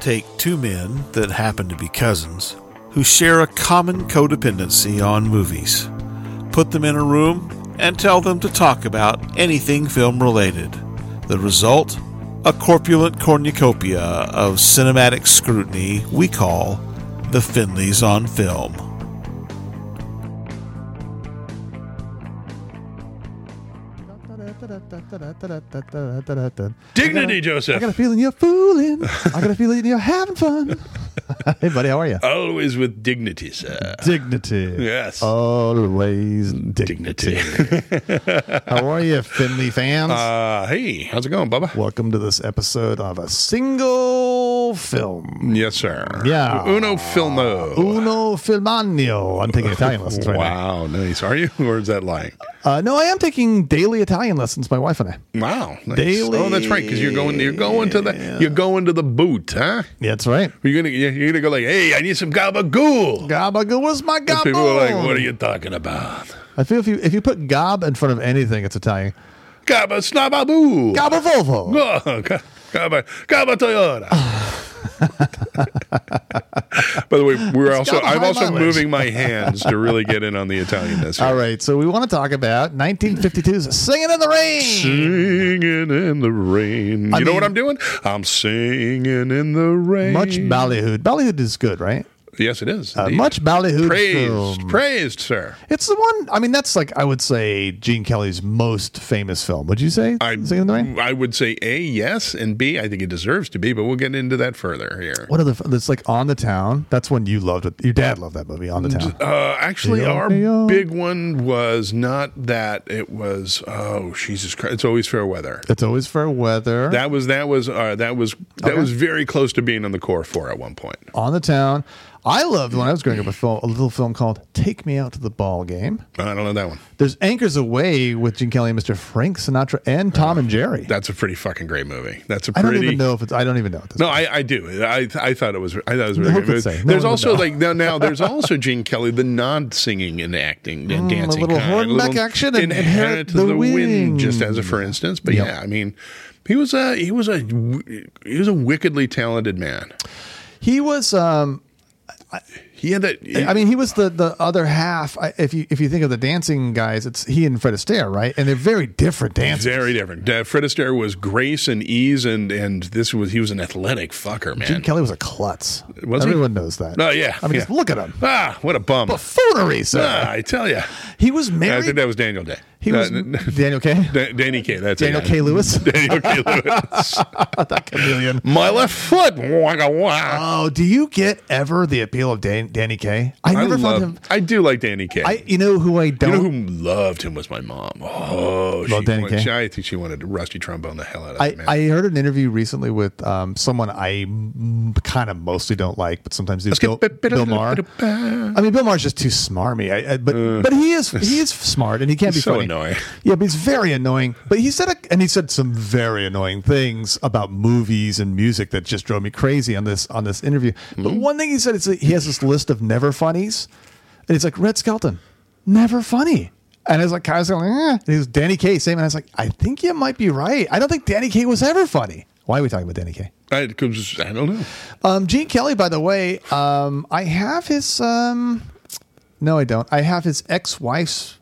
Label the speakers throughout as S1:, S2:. S1: take two men that happen to be cousins who share a common codependency on movies, put them in a room, and tell them to talk about anything film related. The result? A corpulent cornucopia of cinematic scrutiny we call the Finleys on Film.
S2: Dignity,
S3: I got a-
S2: Joseph.
S3: I got a feeling you're fooling. I got a feeling you're having fun. hey, buddy, how are you?
S2: Always with dignity, sir.
S3: dignity.
S2: Yes.
S3: Always Oh, dignity.
S2: Dignity.
S3: how are you, Finley fans?
S2: Uh, hey, how's it going, Bubba?
S3: Welcome to this episode of a single film.
S2: Yes, sir.
S3: Yeah.
S2: Uno filmo.
S3: Uno filmagno. I'm taking Italian lessons right now.
S2: wow, nice. Are you? Or is that lying?
S3: Uh, no, I am taking daily Italian lessons. My wife and I.
S2: Wow. Nice.
S3: Daily.
S2: Oh, that's right. Because you're going. You're going to the. You're going to the boot, huh?
S3: Yeah, that's right.
S2: You're gonna. You're gonna go like, hey, I need some gabagool.
S3: Gabagool, where's my
S2: And
S3: gabagool?
S2: people are like, what are you talking about?
S3: I feel if you if you put gob in front of anything, it's Italian.
S2: Gaba snababoo.
S3: Gabba Volvo.
S2: Oh, Ga- Gaba, Gaba Toyota. By the way, we're also
S3: Gaba
S2: I'm
S3: high
S2: also
S3: mileage.
S2: moving my hands to really get in on the Italianness. here.
S3: All right, so we want to talk about 1952's Singing in the Rain.
S2: Singing in the rain.
S3: I
S2: you know what
S3: mean-
S2: I'm doing? I'm singing in the rain.
S3: Much ballyhooed. Ballyhooed is good, right?
S2: Yes, it is.
S3: Uh,
S2: indeed.
S3: much ballyhooed
S2: praised,
S3: film.
S2: praised, sir.
S3: It's the one, I mean, that's like, I would say, Gene Kelly's most famous film. Would you say?
S2: I
S3: Singing in the Rain?
S2: I would say a yes and b I think it deserves to be, but we'll get into that further here.
S3: What other, that's like On the Town. That's when you loved it. Your dad loved that movie, On the Town.
S2: Uh, actually,
S3: Yeah,
S2: our
S3: yeah.
S2: big one was not that. It was oh Jesus Christ! It's always fair weather.
S3: It's always fair weather.
S2: That was that was uh, that was that
S3: Okay.
S2: was very close to being on the core four at one point.
S3: on the Town. I loved when I was growing up a, film, a little film called Take Me Out to the Ball Game.
S2: I don't know that one.
S3: There's Anchors Away with Gene Kelly and Mr. Frank Sinatra and Tom and Jerry.
S2: That's a pretty fucking great movie. That's a
S3: I
S2: pretty.
S3: don't even know if it's, I don't even know. At this
S2: No, I, I do. I I thought it was I thought it was
S3: No
S2: really
S3: one
S2: good.
S3: could say. No
S2: there's
S3: one would
S2: also
S3: know.
S2: like now now there's also Gene Kelly the non singing and acting and dancing
S3: Mm, little
S2: kind,
S3: Hornbeck action and Inherit the Wind.
S2: just as a for instance. But yeah, I mean, he was a he was a he was a wickedly talented man.
S3: He was, um,
S2: He had that.
S3: I mean, he was the the other half. I- If you if you think of the dancing guys, it's he and Fred Astaire, right? And they're very different dancers.
S2: very different. Uh, Fred Astaire was grace and ease, and and this was he was an athletic fucker, man.
S3: Gene Kelly was a klutz.
S2: Was he?
S3: Everyone knows that.
S2: Oh, yeah,
S3: I mean,
S2: yeah.
S3: just look at him.
S2: ah, what a bum!
S3: Buffoonery, sir.
S2: Ah, I tell you,
S3: he was
S2: I think
S3: married.
S2: that was Daniel Day.
S3: he was
S2: Uh, n-
S3: Daniel K.
S2: Da- Danny K. That's it,
S3: Daniel
S2: yeah.
S3: K. Lewis.
S2: Daniel K. Lewis.
S3: that chameleon.
S2: My left foot. Wagga wah.
S3: Oh, do you get ever the appeal of Dan- Danny K? I
S2: I
S3: never
S2: love.
S3: found him.
S2: I do like Danny Kaye.
S3: I you know who I
S2: you
S3: don't.
S2: know who loved him was my mom. Oh, she,
S3: Love Danny
S2: wanted-
S3: Kaye?
S2: she- I think she wanted to rusty trombone the hell out of
S3: I,
S2: that man.
S3: I heard an interview recently with um, someone I kind of mostly don't like, but sometimes do. Bill, Bill Maher. I mean, Bill Maher's just too smarmy. I, I, but but he is he is smart and he can't be
S2: Uh. so
S3: funny.
S2: annoying.
S3: Yeah, but he's very annoying. But he said a, and he said some very annoying things about movies and music that just drove me crazy on this on this interview. But
S2: Hmm?
S3: one thing he said is that he has this list of never funnies, and it's like Red Skelton, never funny. And I was like, kind of going, eh. And he was Danny Kaye, same. And I was like, I think you might be right. I don't think Danny Kaye was ever funny. Why are we talking about Danny Kaye?
S2: I, 'cause I don't know.
S3: Um, Gene Kelly, by the way, um, I have his. Um, no, I don't. I have his ex-wife's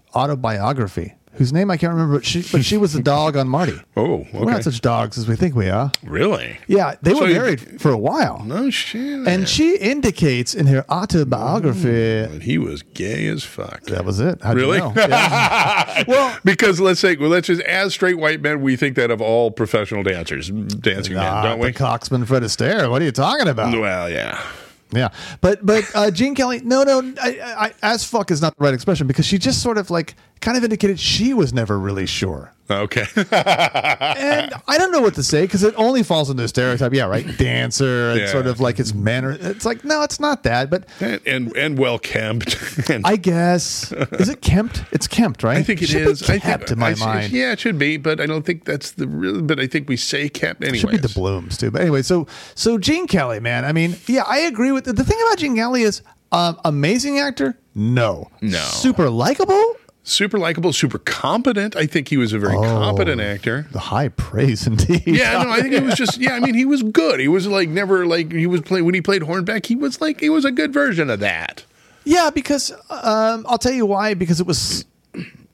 S3: autobiography, whose name I can't remember. But she, but she was the dog on Marty.
S2: Oh,
S3: We're
S2: okay.
S3: not such dogs as we think we are.
S2: really?
S3: Yeah, they
S2: So
S3: were
S2: you-
S3: married for a while,
S2: No shit.
S3: and she indicates in her autobiography
S2: But he was gay as fuck.
S3: that was it. How'd you
S2: Mm. Really?
S3: know? Yeah. well,
S2: Because let's say, well, let's just as straight white men, we think that of all professional dancers, dancing men,
S3: ah,
S2: don't we?
S3: the Coxman Fred Astaire. What are you talking about?
S2: well, yeah.
S3: Yeah, but but uh, Gene Kelly, no, no, I, I, I- as fuck is not the right expression because she just sort of like kind of indicated she was never really sure,
S2: Okay. Uh,
S3: and I don't know what to say because it only falls into a stereotype. Yeah, right, dancer and
S2: Yeah.
S3: sort of like his manner. It's like no, it's not that, but
S2: and and, and well kempt. And
S3: I guess is it Kempt? It's Kempt, right?
S2: I think it
S3: Should
S2: is.
S3: Be
S2: I
S3: Kempt
S2: think
S3: in my
S2: I-
S3: mind.
S2: Yeah, it should be, but I don't think that's the real. But I think we say kept anyway.
S3: Should be the blooms too. But anyway, so so Gene Kelly, man. I mean, yeah, I agree with the thing about Gene Kelly is um, amazing actor. No,
S2: No.
S3: super likable.
S2: super likable, super competent. I think he was a very
S3: Oh.
S2: competent actor.
S3: The high praise indeed.
S2: Yeah, no, I think he was just yeah. I mean, he was good. He was like never like he was playing when he played Hornbeck. He was like he was a good version of that.
S3: Yeah, because um, I'll tell you why. Because it was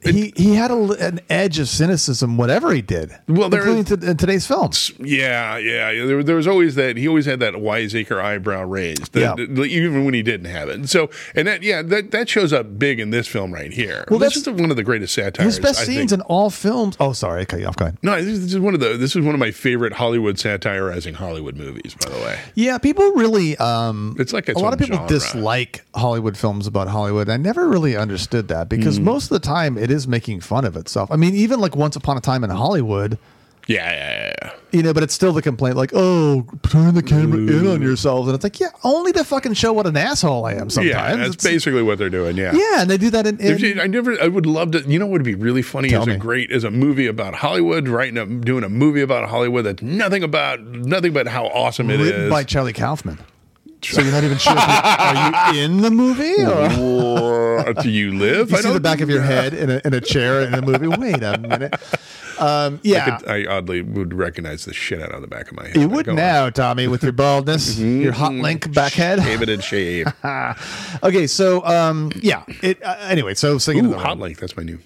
S3: he he had a, an edge of cynicism, whatever he did.
S2: Well, there
S3: including
S2: is-
S3: to- in today's film.
S2: Yeah, yeah. yeah. There, there was always that. He always had that wiseacre eyebrow raised, the-
S3: Yeah.
S2: the- even when he didn't have it. So, and that, yeah, that, that shows up big in this film right here. Well,
S3: Well,
S2: this
S3: that's-
S2: is one of the greatest satires.
S3: His best
S2: I
S3: scenes in
S2: Think.
S3: all films. Oh, sorry, I cut you off. Go ahead.
S2: No, this is this is one of the. This is one of my favorite Hollywood satirizing Hollywood movies. By the way,
S3: Yeah, people really. Um,
S2: It's like its
S3: a lot
S2: own
S3: of people
S2: genre.
S3: dislike Hollywood films about Hollywood. I never really understood that
S2: Hmm.
S3: because most of the time it is making fun of itself. I mean, even like Once Upon a Time in Hollywood,
S2: yeah, yeah, yeah.
S3: you know, but it's still the complaint like, oh, turn the camera in on yourselves, and it's like, yeah, only to fucking show what an asshole I am
S2: Yeah,
S3: sometimes.
S2: yeah that's
S3: It's-
S2: basically what they're doing. Yeah,
S3: yeah, and they do that in.
S2: If
S3: in
S2: you- I never. I would love to. You know, what would be really funny
S3: Tell
S2: is a
S3: me.
S2: great is a movie about Hollywood. Writing a doing a movie about Hollywood that's nothing about nothing but how awesome it is.
S3: written by Charlie Kaufman. So you're not even sure. If you, are you in the movie? Or?
S2: Or do you live?
S3: Oh. You see the back of your head in a, in a chair in a movie. Wait a minute. Um, yeah.
S2: I oddly would recognize the shit out of the back of my head. oh,
S3: You would now, Tommy, with your baldness, your hot link back head.
S2: David and shave.
S3: Okay, so um, yeah. It uh, anyway. So singing in
S2: Ooh,
S3: the
S2: hot
S3: hot.
S2: link. That's my new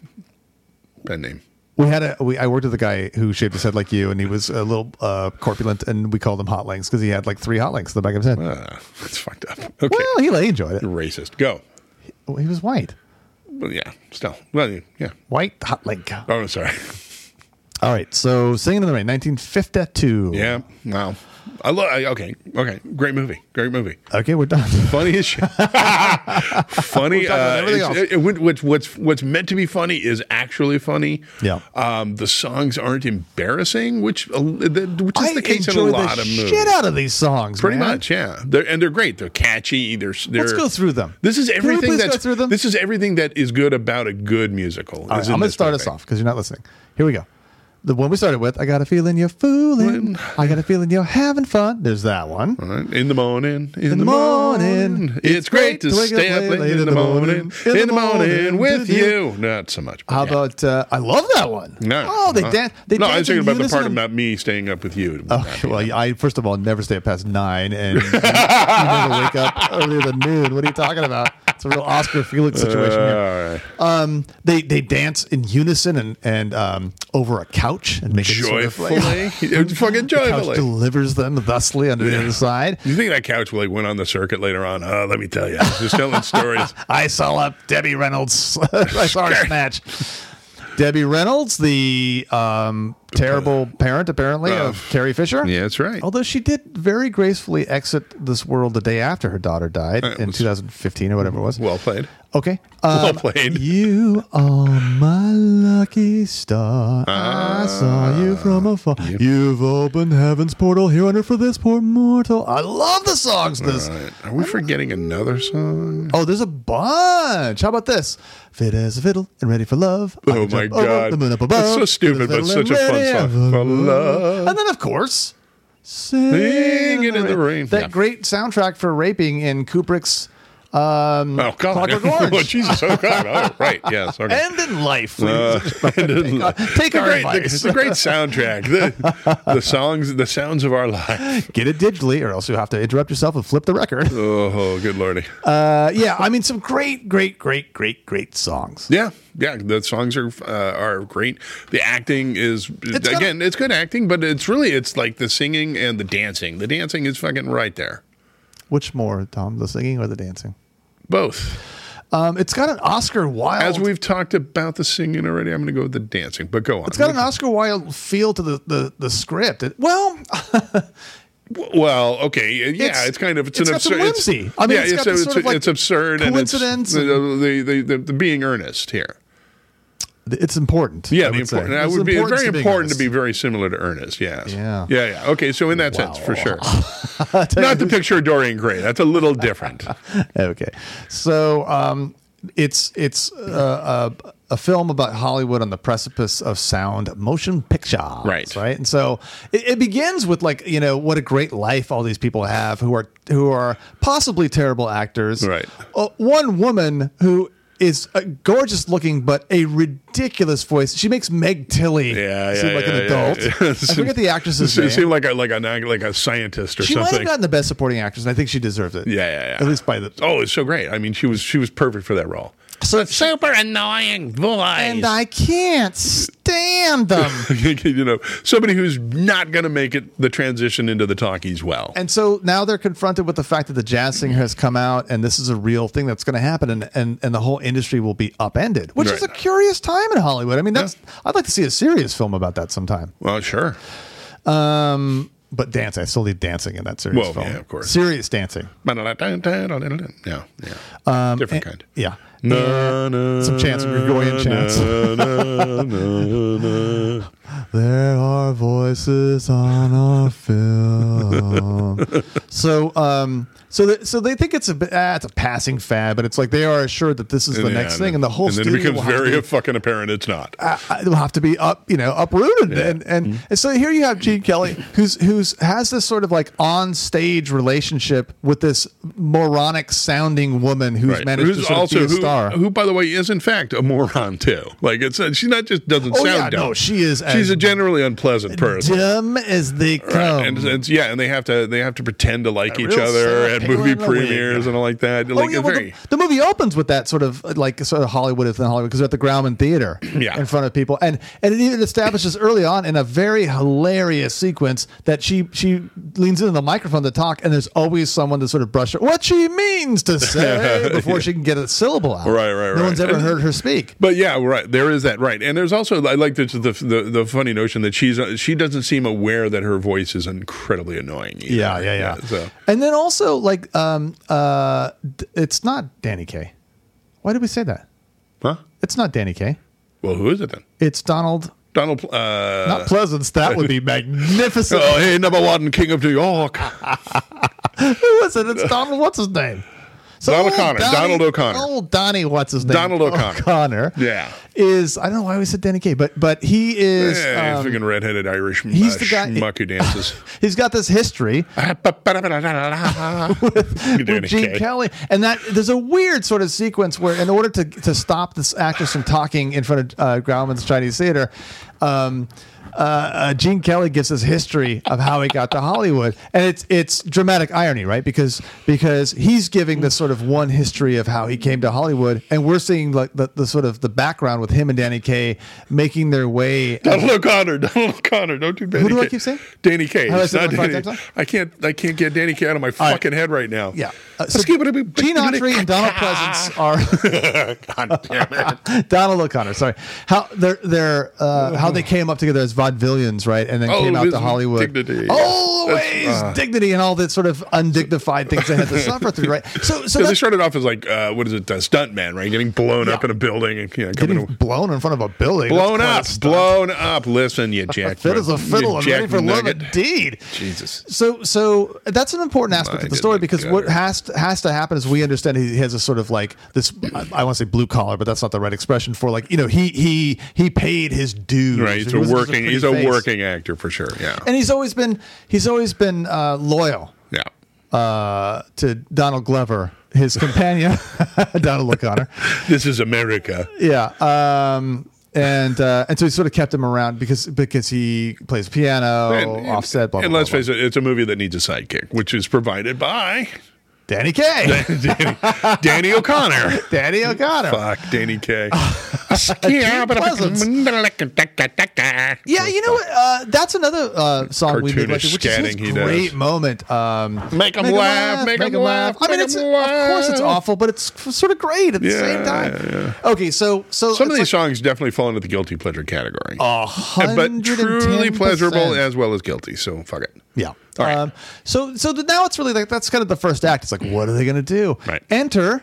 S2: pen name.
S3: We had a. We, I worked with a guy who shaved his head like you, and he was a little uh, corpulent, and we called him hot links because he had like three hot links in the back of his head.
S2: Uh, it's fucked up. Okay,
S3: Well, he, he enjoyed it.
S2: racist. Go.
S3: Well, He was white,
S2: Well, yeah. Still. Well, yeah.
S3: white hot link.
S2: Oh, I'm sorry.
S3: All right, so singing in the rain, 1952.
S2: Yeah. Wow. I love. Okay. Okay. Great movie. Great movie.
S3: Okay, we're done.
S2: funny as shit. funny.
S3: about
S2: Uh,
S3: everything
S2: it's-
S3: else.
S2: it- it- what's, what's, what's meant to be funny is actually funny.
S3: Yeah.
S2: Um, the songs aren't embarrassing, which, uh, that- which is
S3: I
S2: the case in a
S3: enjoy
S2: lot
S3: the
S2: of movies.
S3: shit out of these songs.
S2: Pretty
S3: man.
S2: much, yeah. They're, and they're great. They're catchy. They're, they're
S3: Let's go through them.
S2: This is
S3: Can we
S2: everything
S3: please
S2: that's
S3: go through them?
S2: This is everything that is good about a good musical.
S3: All right, I'm going to start us off because you're not listening. Here we go. The one we started with, I got a feeling you're fooling. I got a feeling you're having fun. There's that one.
S2: In the morning, in,
S3: the
S2: the morning,
S3: morning,
S2: it's great to
S3: wake up
S2: stay up
S3: late,
S2: late,
S3: late
S2: in the morning, in the morning with
S3: with
S2: you. Not so much. but
S3: How
S2: yeah.
S3: about uh, I love that one.
S2: No.
S3: Oh, they
S2: Uh,
S3: dance. They
S2: no,
S3: dance
S2: I was thinking
S3: in
S2: about the part
S3: unison.
S2: about me staying up with you.
S3: Okay, well, yeah, I first of all never stay up past nine, and you, you never wake up earlier than noon. What are you talking about? It's a real Oscar Felix situation. here.
S2: all right.
S3: Um,
S2: Uh.
S3: they they dance in unison and and um, over a couch and make
S2: Joyfully.
S3: it sort of like,
S2: It's fucking
S3: The couch
S2: joyfully.
S3: delivers them thusly under the
S2: Yeah.
S3: other side.
S2: You think that couch like went on the circuit later on? Uh, let me tell you, just telling stories.
S3: I saw up Debbie Reynolds. I saw her snatch. Debbie Reynolds, the um, terrible parent apparently
S2: Uh,
S3: of Carrie Fisher.
S2: yeah, that's right.
S3: Although she did very gracefully exit this world the day after her daughter died
S2: it
S3: in
S2: was-
S3: 2015 or whatever it was.
S2: Well played.
S3: Okay.
S2: Well
S3: Um,
S2: played.
S3: You are my lucky star.
S2: Ah.
S3: I saw you from afar. You've opened heaven's portal here on earth for this poor mortal. I love the songs. This.
S2: All right. Are we forgetting another song?
S3: Oh, there's a bunch. How about this? Fit as a fiddle and ready for love. I
S2: Oh
S3: can
S2: my
S3: jump over
S2: god,
S3: The moon up above.
S2: That's so stupid, but
S3: Fiddle and
S2: such a fun
S3: ready
S2: song.
S3: for
S2: For love.
S3: And then, of course, sing,
S2: Sing It in the Rain.
S3: That
S2: Yeah.
S3: great soundtrack for raping in Kubrick's um,
S2: Oh god.
S3: Clockwork
S2: oh
S3: Orange.
S2: Jesus. Oh god. Oh right. Yes. Okay.
S3: and in life.
S2: Uh,
S3: Take
S2: the
S3: our
S2: great, the,
S3: advice.
S2: the great soundtrack, the, the songs, the sounds of our life.
S3: Get it digitally, or else you will have to interrupt yourself and flip the record.
S2: Oh, good lordy.
S3: Uh, yeah, I mean, some great, great, great, great, great songs.
S2: Yeah, yeah. The songs are uh, are great. The acting is
S3: got-
S2: again, it's good acting, but it's really it's like the singing and the dancing. The dancing is fucking right there.
S3: Which more, Tom, the singing or the dancing?
S2: Both.
S3: Um, it's got an Oscar Wilde.
S2: As we've talked about the singing already, I'm going to go with the dancing. But go on.
S3: it's got an Oscar Wilde feel to the the, the script. It, well, uh,
S2: well, okay, yeah,
S3: It's-
S2: it's, kind of it's,
S3: it's
S2: an
S3: got some
S2: absurd. it's-
S3: whimsy. I mean,
S2: yeah,
S3: it's got this sort of, like,
S2: it's absurd and it's
S3: coincidence
S2: the, the, the, the, the being earnest here.
S3: it's important.
S2: Yeah,
S3: I
S2: the
S3: would say.
S2: important. I
S3: It's
S2: would be it's
S3: importance
S2: very
S3: to being
S2: important to be
S3: honest.
S2: very similar to Ernest. Yes.
S3: Yeah.
S2: Yeah. Yeah. Okay. So in that sense, for sure.
S3: I'll tell you
S2: Not the picture of Dorian Gray. That's a little different.
S3: okay so um, it's it's uh, a, a film about hollywood on the precipice of sound motion picture
S2: Right.
S3: right and so it, it begins with like you know what a great life all these people have who are who are possibly terrible actors
S2: Right.
S3: uh, one woman who is uh, gorgeous looking, but a ridiculous voice. She makes Meg Tilly
S2: Yeah, yeah,
S3: seem like
S2: yeah,
S3: an
S2: yeah,
S3: adult.
S2: yeah.
S3: I forget the actress's
S2: She
S3: name.
S2: seemed like a like a like a scientist or
S3: she might have
S2: something.
S3: gotten the best supporting actress, and I think she deserved it.
S2: Yeah, yeah, yeah.
S3: At least by the.
S2: Oh, it's so great. I mean, she was she was perfect for that role.
S3: So
S2: Super annoying voice.
S3: and I can't stand them.
S2: you know, somebody who's not going to make it the transition into the talkies well.
S3: and so now they're confronted with the fact that the jazz singer has come out, and this is a real thing that's going to happen, and, and and the whole industry will be upended, which is a
S2: Right.
S3: curious time in Hollywood. I mean, that's I'd like to see a serious film about that sometime.
S2: well, sure.
S3: Um, but dance, I still need dancing in that serious
S2: Well,
S3: film.
S2: yeah, of course.
S3: serious dancing.
S2: Yeah, yeah. Different kind.
S3: Yeah.
S2: Na, na,
S3: Um, Some chants, Gregorian chants.
S2: na, na, na, na.
S3: There are voices on our film. so, um, so, th- so they think it's a bit- ah, it's a passing fad, but it's like they are assured that this is the
S2: Yeah,
S3: next thing, and the whole
S2: and then it
S3: studio
S2: becomes
S3: will have
S2: very
S3: to be-
S2: fucking apparent it's not.
S3: uh, uh, will have to be up, you know, uprooted. And and,
S2: Mm-hmm.
S3: and so here you have Gene Kelly, who's who's has this sort of like on stage relationship with this moronic sounding woman who's
S2: Right.
S3: managed to
S2: Who's
S3: sort
S2: also
S3: of be a
S2: who,
S3: star.
S2: who, by the way, is in fact a moron too. Like it's uh, she's not just doesn't
S3: Oh,
S2: sound
S3: yeah,
S2: dumb.
S3: no, she is as
S2: She's a generally unpleasant person.
S3: Dumb as they come.
S2: Right. And, and yeah, and they have to they have to pretend to like each
S3: real
S2: other
S3: Sarah
S2: at movie
S3: Palin in a wig.
S2: premieres and all like that. Like
S3: oh, yeah,
S2: it's
S3: well,
S2: very,
S3: the, the movie opens with that sort of uh, like sort of Hollywood within Hollywood because we're at the Grauman Theater
S2: Yeah.
S3: in front of people, and and it even establishes early on in a very hilarious sequence that she she leans into the microphone to talk, and there's always someone to sort of brush her what she means to say before she can get a syllable out.
S2: Right,
S3: no
S2: right, right.
S3: one's ever
S2: And-
S3: heard her speak.
S2: But yeah, right. There is that, right. And there's also I like the the the, the funny notion that she's uh, she doesn't seem aware that her voice is incredibly annoying. either.
S3: Yeah, yeah, yeah.
S2: so
S3: And then also like um uh d- it's not Danny Kaye. Why did we say that?
S2: huh?
S3: It's not Danny Kaye.
S2: Well, who is it then?
S3: It's Donald.
S2: Donald. Pl- Uh,
S3: Not Pleasance. That would be magnificent.
S2: oh, hey, number one, King of New York,
S3: Who is it? It's Donald. What's his name? So
S2: Donald
S3: old
S2: Connor. Donald O'Connor.
S3: Old Donnie. What's his name?
S2: Donald O'Connor.
S3: O'Connor.
S2: Yeah.
S3: Is I don't know why we said Danny Kaye, but but he is.
S2: hey,
S3: um,
S2: freaking redheaded Irish.
S3: he's
S2: uh,
S3: the guy-
S2: schmuck who dances.
S3: he's got this history
S2: You're doing
S3: with Gene
S2: okay.
S3: Kelly, and that there's a weird sort of sequence where, in order to to stop this actress from talking in front of uh, Grauman's Chinese Theater. Um, uh, uh, Gene Kelly gives his history of how he got to Hollywood, and it's it's dramatic irony, right? Because because he's giving this sort of one history of how he came to Hollywood, and we're seeing like the, the sort of the background with him and Danny Kaye making their way.
S2: Donald O'Connor, Donald O'Connor, don't do Danny
S3: do I
S2: Kaye.
S3: keep saying?
S2: Danny Kaye.
S3: How do I
S2: It's
S3: say
S2: not
S3: my five
S2: Danny-
S3: times now?
S2: I can't. I can't get Danny Kaye out of my fucking head right now.
S3: Yeah, Uh,
S2: Let's keep it a bit-
S3: Gene Autry and Donald Pleasance are.
S2: God damn it.
S3: Donald O'Connor. Sorry, how their their uh, how they came up together as vaudevillians, right? And then
S2: Oh,
S3: came out
S2: with
S3: to Hollywood.
S2: dignity.
S3: always
S2: That's- uh.
S3: dignity and all that sort of undignified things they had to suffer through, right? So, so
S2: Because they
S3: that's
S2: started off as like, uh, what is it, uh, stuntman, right? Getting blown up in a building and you know, coming
S3: getting
S2: to-
S3: blown in front of a building,
S2: blown
S3: That's quite
S2: up,
S3: a stunt.
S2: blown up. Listen, you jack,
S3: fit as a fiddle and ready for love
S2: nugget.
S3: indeed.
S2: Jesus.
S3: So, so that's an important aspect
S2: My
S3: of the story
S2: goodness,
S3: because what
S2: gutter.
S3: has to, has to happen is we understand he has a sort of like this. I, I want to say blue collar, but that's not the right expression for like you know he he he paid his dues.
S2: Right,
S3: He
S2: he's a
S3: wasn't just
S2: working, he's a
S3: pretty face.
S2: working actor for sure. Yeah,
S3: and he's always been he's always been uh, loyal
S2: yeah.
S3: uh, to Donald Glover, his companion, Donald O'Connor.
S2: This is America.
S3: Yeah, um, and uh, and so he sort of kept him around because because he plays piano,
S2: And-
S3: offset, blah, blah,
S2: and
S3: blah,
S2: let's
S3: blah.
S2: face it, it's a movie that needs a sidekick, which is provided by
S3: Danny Kaye,
S2: Danny, Danny O'Connor.
S3: Danny O'Connor.
S2: Fuck, Danny Kaye.
S3: Yeah, you know what? Uh, that's another uh, song we
S2: Cartoonish
S3: neglected, which is his
S2: scatting he does.
S3: great moment. Um,
S2: Make 'em laugh, make 'em
S3: 'em
S2: laugh,
S3: I mean,
S2: make
S3: it's
S2: 'em
S3: of course it's
S2: laugh.
S3: awful, but it's f- sort of great at the
S2: Yeah,
S3: same time.
S2: yeah,
S3: Okay, so so
S2: Some of
S3: it's
S2: these
S3: like
S2: songs definitely fall into the guilty pleasure category. Uh,
S3: a
S2: but truly
S3: 110%.
S2: pleasurable as well as guilty. So fuck it.
S3: Yeah.
S2: All right.
S3: Um, so so th- now it's really like that's kind of the first act. It's like what are they going to do?
S2: Right.
S3: Enter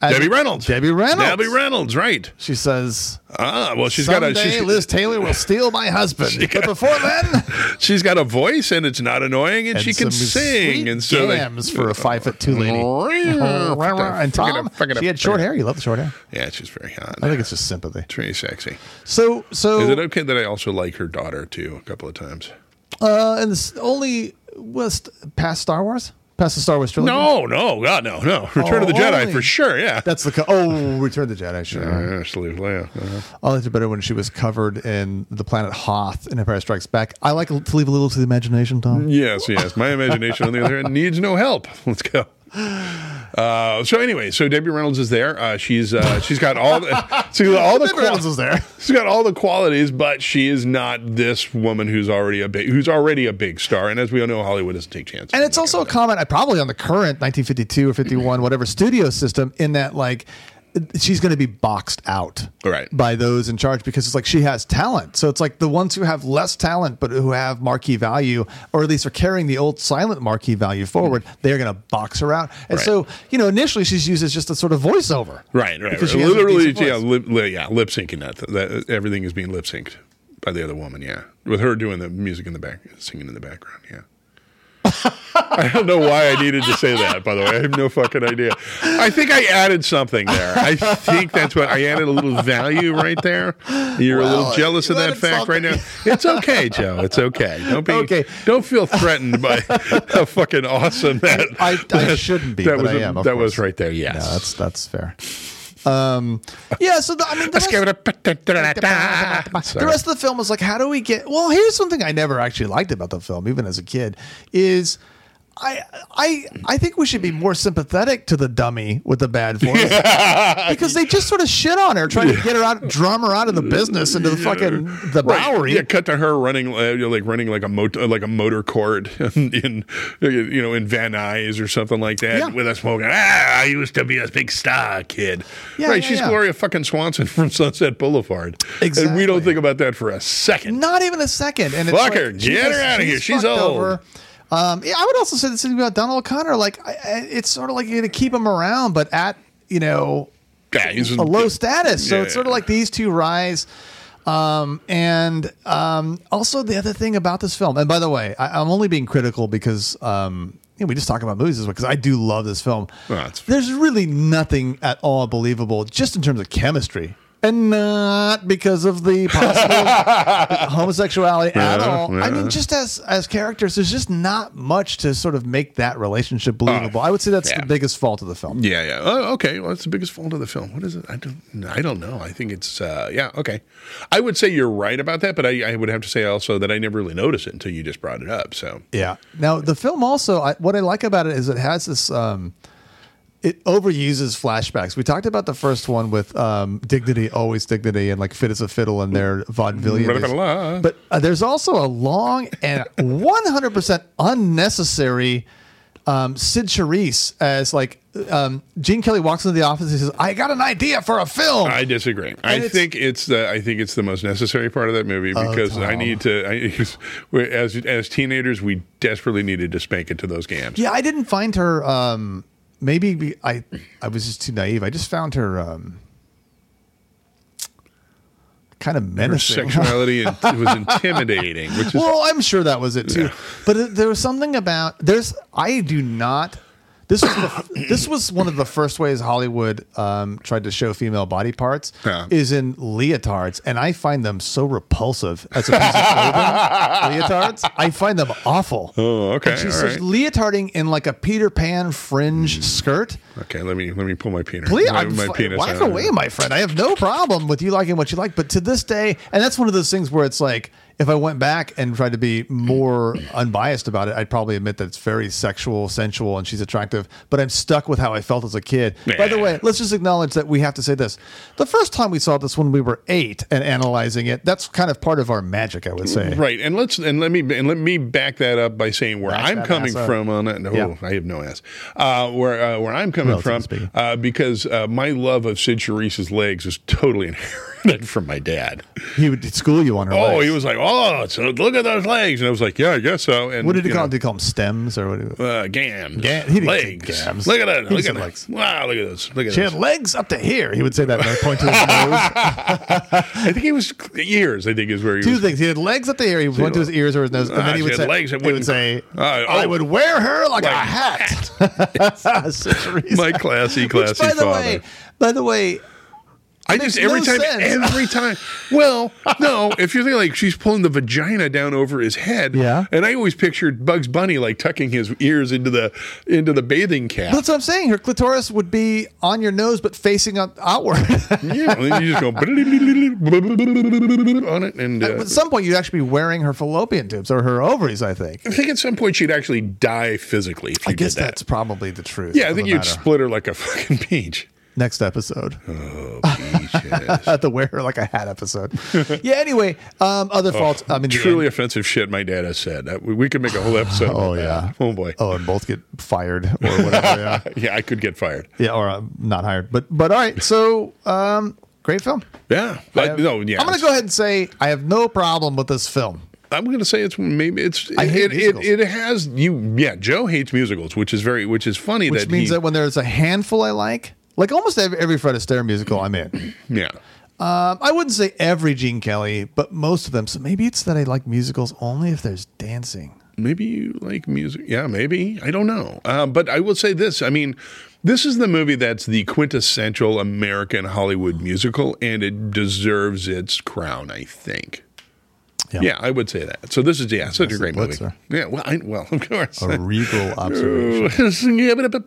S3: and-
S2: Debbie Reynolds.
S3: Debbie Reynolds.
S2: Debbie Reynolds. Right.
S3: She says,
S2: Ah, well, she's
S3: "Someday
S2: got a she's,
S3: Liz Taylor will steal my husband, but before then,
S2: she's got a voice and it's not annoying and, she can
S3: some
S2: sing
S3: sweet
S2: and so they- Oh,
S3: jams for a five foot two lady." and Tom, she had short hair. You love the short hair.
S2: Yeah, she's very hot.
S3: I think it's just sympathy.
S2: it's very sexy.
S3: So so
S2: Is it okay that I also like her daughter too a couple of times?
S3: Uh, and this only was past Star Wars. past the Star Wars trilogy?
S2: No, no, God, no, no. Return of the
S3: Oh,
S2: Jedi
S3: only-
S2: for sure. Yeah.
S3: That's the co- oh, Return of the Jedi. Sure,
S2: Yeah, absolutely. Yeah. Uh-huh.
S3: I liked it better when she was covered in the planet Hoth in Empire Strikes Back. I like to leave a little to the imagination, Tom.
S2: Yes, yes. My imagination, on the other hand, needs no help. Let's go. Uh, so anyway, so Debbie Reynolds is there. Uh, she's uh, she's got all the, she's got all the
S3: Debbie Reynolds is there.
S2: She's got all the qualities, but she is not this woman who's already a big who's already a big star. And as we all know, Hollywood doesn't take chances.
S3: And it's also a comment, I probably on the current 1952 or 51, whatever studio system, in that like she's going to be boxed out
S2: Right.
S3: by those in charge because it's like she has talent. So it's like the ones who have less talent but who have marquee value, or at least are carrying the old silent marquee value forward, they're going to box her out. And
S2: Hmm. Right.
S3: so you know, initially she's used as just a sort of voiceover,
S2: right, right.
S3: Because she
S2: right.
S3: has a
S2: Literally,
S3: decent
S2: yeah,
S3: voice.
S2: lip, li- yeah, lip syncing that, that everything is being lip synced by the other woman. Yeah, with her doing the music in the back, singing in the background. Yeah. I don't know why I needed to say that. By the way, I have no fucking idea. I think I added something there. I think that's what I added a little value right there. You're a
S3: Well,
S2: little jealous of
S3: let
S2: that
S3: it
S2: fact
S3: salt-
S2: right now. It's okay, Joe. It's okay. Don't be.
S3: Okay.
S2: Don't feel threatened by how fucking awesome that.
S3: I- I
S2: that-
S3: shouldn't be,
S2: That
S3: but
S2: was
S3: I
S2: a-
S3: am, of
S2: that
S3: course.
S2: was right there. Yes.
S3: Yeah, that's that's fair. Um, yeah, so the, I mean, the
S2: Let's
S3: rest-
S2: give it a.
S3: The
S2: Sorry.
S3: rest of the film was like, how do we get? Well, here's something I never actually liked about the film, even as a kid, is. I I I think we should be more sympathetic to the dummy with the bad voice because they just sort of shit on her, trying to get her out, drum her out of the business into the fucking the
S2: Right.
S3: Bowery.
S2: Yeah, cut to her running uh, you know, like running like a motor like a motor court in you know in Van Nuys or something like that
S3: Yeah.
S2: with a smoking. Ah, I used to be a big star kid.
S3: Yeah,
S2: right,
S3: yeah,
S2: she's
S3: yeah.
S2: Gloria fucking Swanson from Sunset Boulevard. And we
S3: Exactly.
S2: don't think about that for a second.
S3: Not even a second. And it's
S2: Fuck
S3: like,
S2: her. Get her
S3: Jesus,
S2: outta here. She's
S3: fucked
S2: old.
S3: Um, yeah, I would also say the same about Donald O'Connor. Like, I, I, it's sort of like you're gonna keep him around, but at you know
S2: Yeah, he's
S3: a low status. So
S2: Yeah.
S3: it's sort of like these two rise. Um, and um, also the other thing about this film, and by the way, I, I'm only being critical because um, you know, we just talk about movies this way because I do love this film.
S2: Well, Oh, that's-
S3: There's really nothing at all believable, just in terms of chemistry. And not because of the possible homosexuality at
S2: Yeah,
S3: all. I mean,
S2: yeah.
S3: just as as characters, there's just not much to sort of make that relationship believable. I would say that's
S2: Uh, yeah.
S3: the biggest fault of the film.
S2: Yeah, yeah. Oh, okay. Well, that's the biggest fault of the film. What is it? I don't. I don't know. I think it's. Uh, yeah. Okay. I would say you're right about that, but I, I would have to say also that I never really noticed it until you just brought it up. So
S3: Yeah. Now the film also, I, what I like about it is it has this. Um, it overuses flashbacks. We talked about the first one with um, "Dignity, Always Dignity" and like "Fit as a Fiddle" and their vaudevillian. days. But uh, there's also a long and 100 percent unnecessary um, Sid Charisse as like um, Gene Kelly walks into the office. and He says, "I got an idea for a film."
S2: I disagree. I
S3: it's- Oh,
S2: think it's the I think it's the most necessary part of that movie because I
S3: Tom.
S2: need to. I, as as teenagers, we desperately needed to spank into those games.
S3: Yeah, I didn't find her. Um, maybe be- I I was just too naive. I just found her um, kind of
S2: Her
S3: menacing.
S2: sexuality in- was intimidating, which is
S3: well, I'm sure that was it too. But it- there was something about there's. I do not. This was the, this was one of the first ways Hollywood um, tried to show female body parts
S2: Yeah.
S3: is in leotards, and I find them so repulsive as a piece of clothing. leotards, I find them awful.
S2: oh okay.
S3: She's
S2: all right.
S3: just leotarding in like a Peter Pan fringe skirt.
S2: okay, let me let me pull my penis.
S3: Please,
S2: my,
S3: I'm
S2: my
S3: fi-
S2: penis
S3: wipe
S2: out.
S3: away, my friend. I have no problem with you liking what you like, but to this day, and that's one of those things where it's like, if I went back and tried to be more unbiased about it, I'd probably admit that it's very sexual, sensual, and she's attractive. But I'm stuck with how I felt as a kid. By the
S2: Yeah.
S3: way, let's just acknowledge that we have to say this: the first time we saw this when we were eight and analyzing it, that's kind of part of our magic, I would say.
S2: Right, and let's and let me and let me back that up by saying where I'm
S3: that
S2: coming
S3: ass up.
S2: from on that. No,
S3: Yeah.
S2: I have no ass. Uh, where uh, where I'm coming
S3: Relatively
S2: from,
S3: speaking.
S2: uh, because uh, my love of Sid Charisse's legs is totally inherited from my dad.
S3: He would school you on her.
S2: Oh,
S3: legs.
S2: he was like, oh, so look at those legs, and I was like, yeah, I guess so. And
S3: What did he
S2: you
S3: call?
S2: know,
S3: Did he call them stems or what? did he-
S2: Uh, gams,
S3: Ga- he didn't say
S2: legs.
S3: gams.
S2: Look at that.
S3: He
S2: Look
S3: said
S2: at that.
S3: legs.
S2: Wow, look at those. Look at
S3: She had
S2: those.
S3: legs up to here. He would say that and I'd point to his nose.
S2: I think he was ears. I think is where he
S3: Two
S2: was.
S3: things. He had legs up to here. He would point to his ears or his nose. And
S2: Ah,
S3: then he
S2: she
S3: would
S2: had
S3: say,
S2: legs that
S3: he would
S2: wouldn't-
S3: say
S2: Ah, oh.
S3: I would wear her like,
S2: Like
S3: a hat. Such a reason.
S2: My classy, classy
S3: Which, by the
S2: father.
S3: way, by the way,
S2: I just
S3: Makes
S2: every
S3: no
S2: time,
S3: sense.
S2: every time. Well, no, if you're thinking like she's pulling the vagina down over his head,
S3: Yeah.
S2: And I always pictured Bugs Bunny like tucking his ears into the into the bathing cap.
S3: That's what I'm saying. Her clitoris would be on your nose, but facing out- outward.
S2: yeah, and then you just go on it, and uh,
S3: At some point, you'd actually be wearing her fallopian tubes or her ovaries. I think.
S2: I think at some point she'd actually die physically. If you
S3: I guess
S2: did that.
S3: that's probably the truth.
S2: yeah. I
S3: of
S2: think
S3: the
S2: you'd
S3: matter.
S2: split her like a fucking peach.
S3: next episode. Oh,
S2: Peaches.
S3: the wear her like a hat episode. yeah. Anyway, um, other
S2: Oh,
S3: faults. I mean, the
S2: Truly
S3: end-
S2: offensive shit my dad has said. That- we- We could make a whole episode.
S3: Oh,
S2: about that.
S3: yeah.
S2: Oh boy.
S3: Oh, and both get fired or whatever. yeah.
S2: Yeah, I could get fired.
S3: Yeah, or uh, not hired. But but all right. So um, great film.
S2: Yeah. I- Uh, no. Yeah.
S3: I'm gonna go ahead and say I have no problem with this film.
S2: I'm going to say it's maybe it's
S3: I hate
S2: it, it,
S3: musicals.
S2: it has you yeah Joe hates musicals which is very which is funny
S3: Which
S2: that
S3: means
S2: he,
S3: that when there's a handful I like, like almost every, every Fred Astaire musical I'm in.
S2: yeah
S3: Um, I wouldn't say every Gene Kelly, but most of them. So maybe it's that I like musicals only if there's dancing.
S2: maybe you like music yeah maybe I don't know uh, but I will say this I mean this is the movie that's the quintessential American Hollywood musical and it deserves its crown I think
S3: Yeah.
S2: yeah, I would say that so this is yeah such
S3: That's
S2: a
S3: a
S2: great movie
S3: blitzer. Oh,
S2: yeah well I, well of course
S3: A regal observation.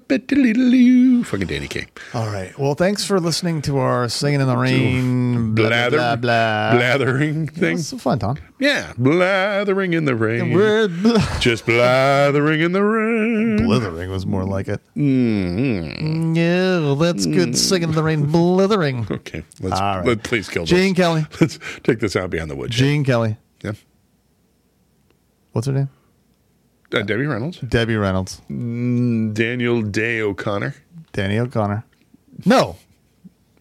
S2: fucking Danny King
S3: All right. Well, thanks for listening to our singing in the rain. Blah blah
S2: blather
S3: blah. blah.
S2: blathering thing
S3: It's fun, Tom.
S2: Yeah, blathering in the rain.
S3: We're
S2: Just blathering in the rain.
S3: blithering was more like it.
S2: Mm-hmm.
S3: Mm, Yeah, that's
S2: Mm.
S3: good. Singing in the rain, blithering.
S2: okay, let's
S3: All right.
S2: let, please kill this.
S3: Gene Kelly.
S2: Let's take this out beyond the woodshed.
S3: Gene Kelly.
S2: Yeah.
S3: What's her name?
S2: Uh, Debbie Reynolds,
S3: Debbie Reynolds.
S2: Mm, Daniel Day O'Connor.
S3: Danny O'Connor. No,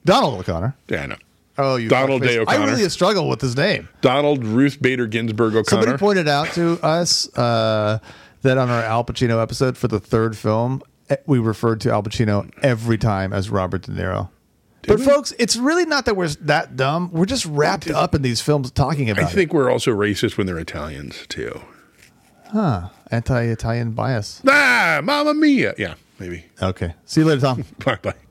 S3: Donald O'Connor.
S2: Yeah, I know.
S3: Oh, you
S2: Donald
S3: fuckface.
S2: Day
S3: I
S2: O'Connor.
S3: really struggle with his name.
S2: Donald Ruth Bader Ginsburg
S3: Somebody
S2: O'Connor.
S3: pointed out to us uh, that on our Al Pacino episode for the third film, eh, we referred to Al Pacino every time as Robert De Niro. but folks, it's really not that we're that dumb. We're just wrapped up in these films talking
S2: I
S3: about
S2: think we're also racist when they're Italians too.
S3: anti-Italian bias.
S2: Ah, Mamma Mia. Yeah, maybe.
S3: Okay. See you later, Tom.
S2: Bye bye.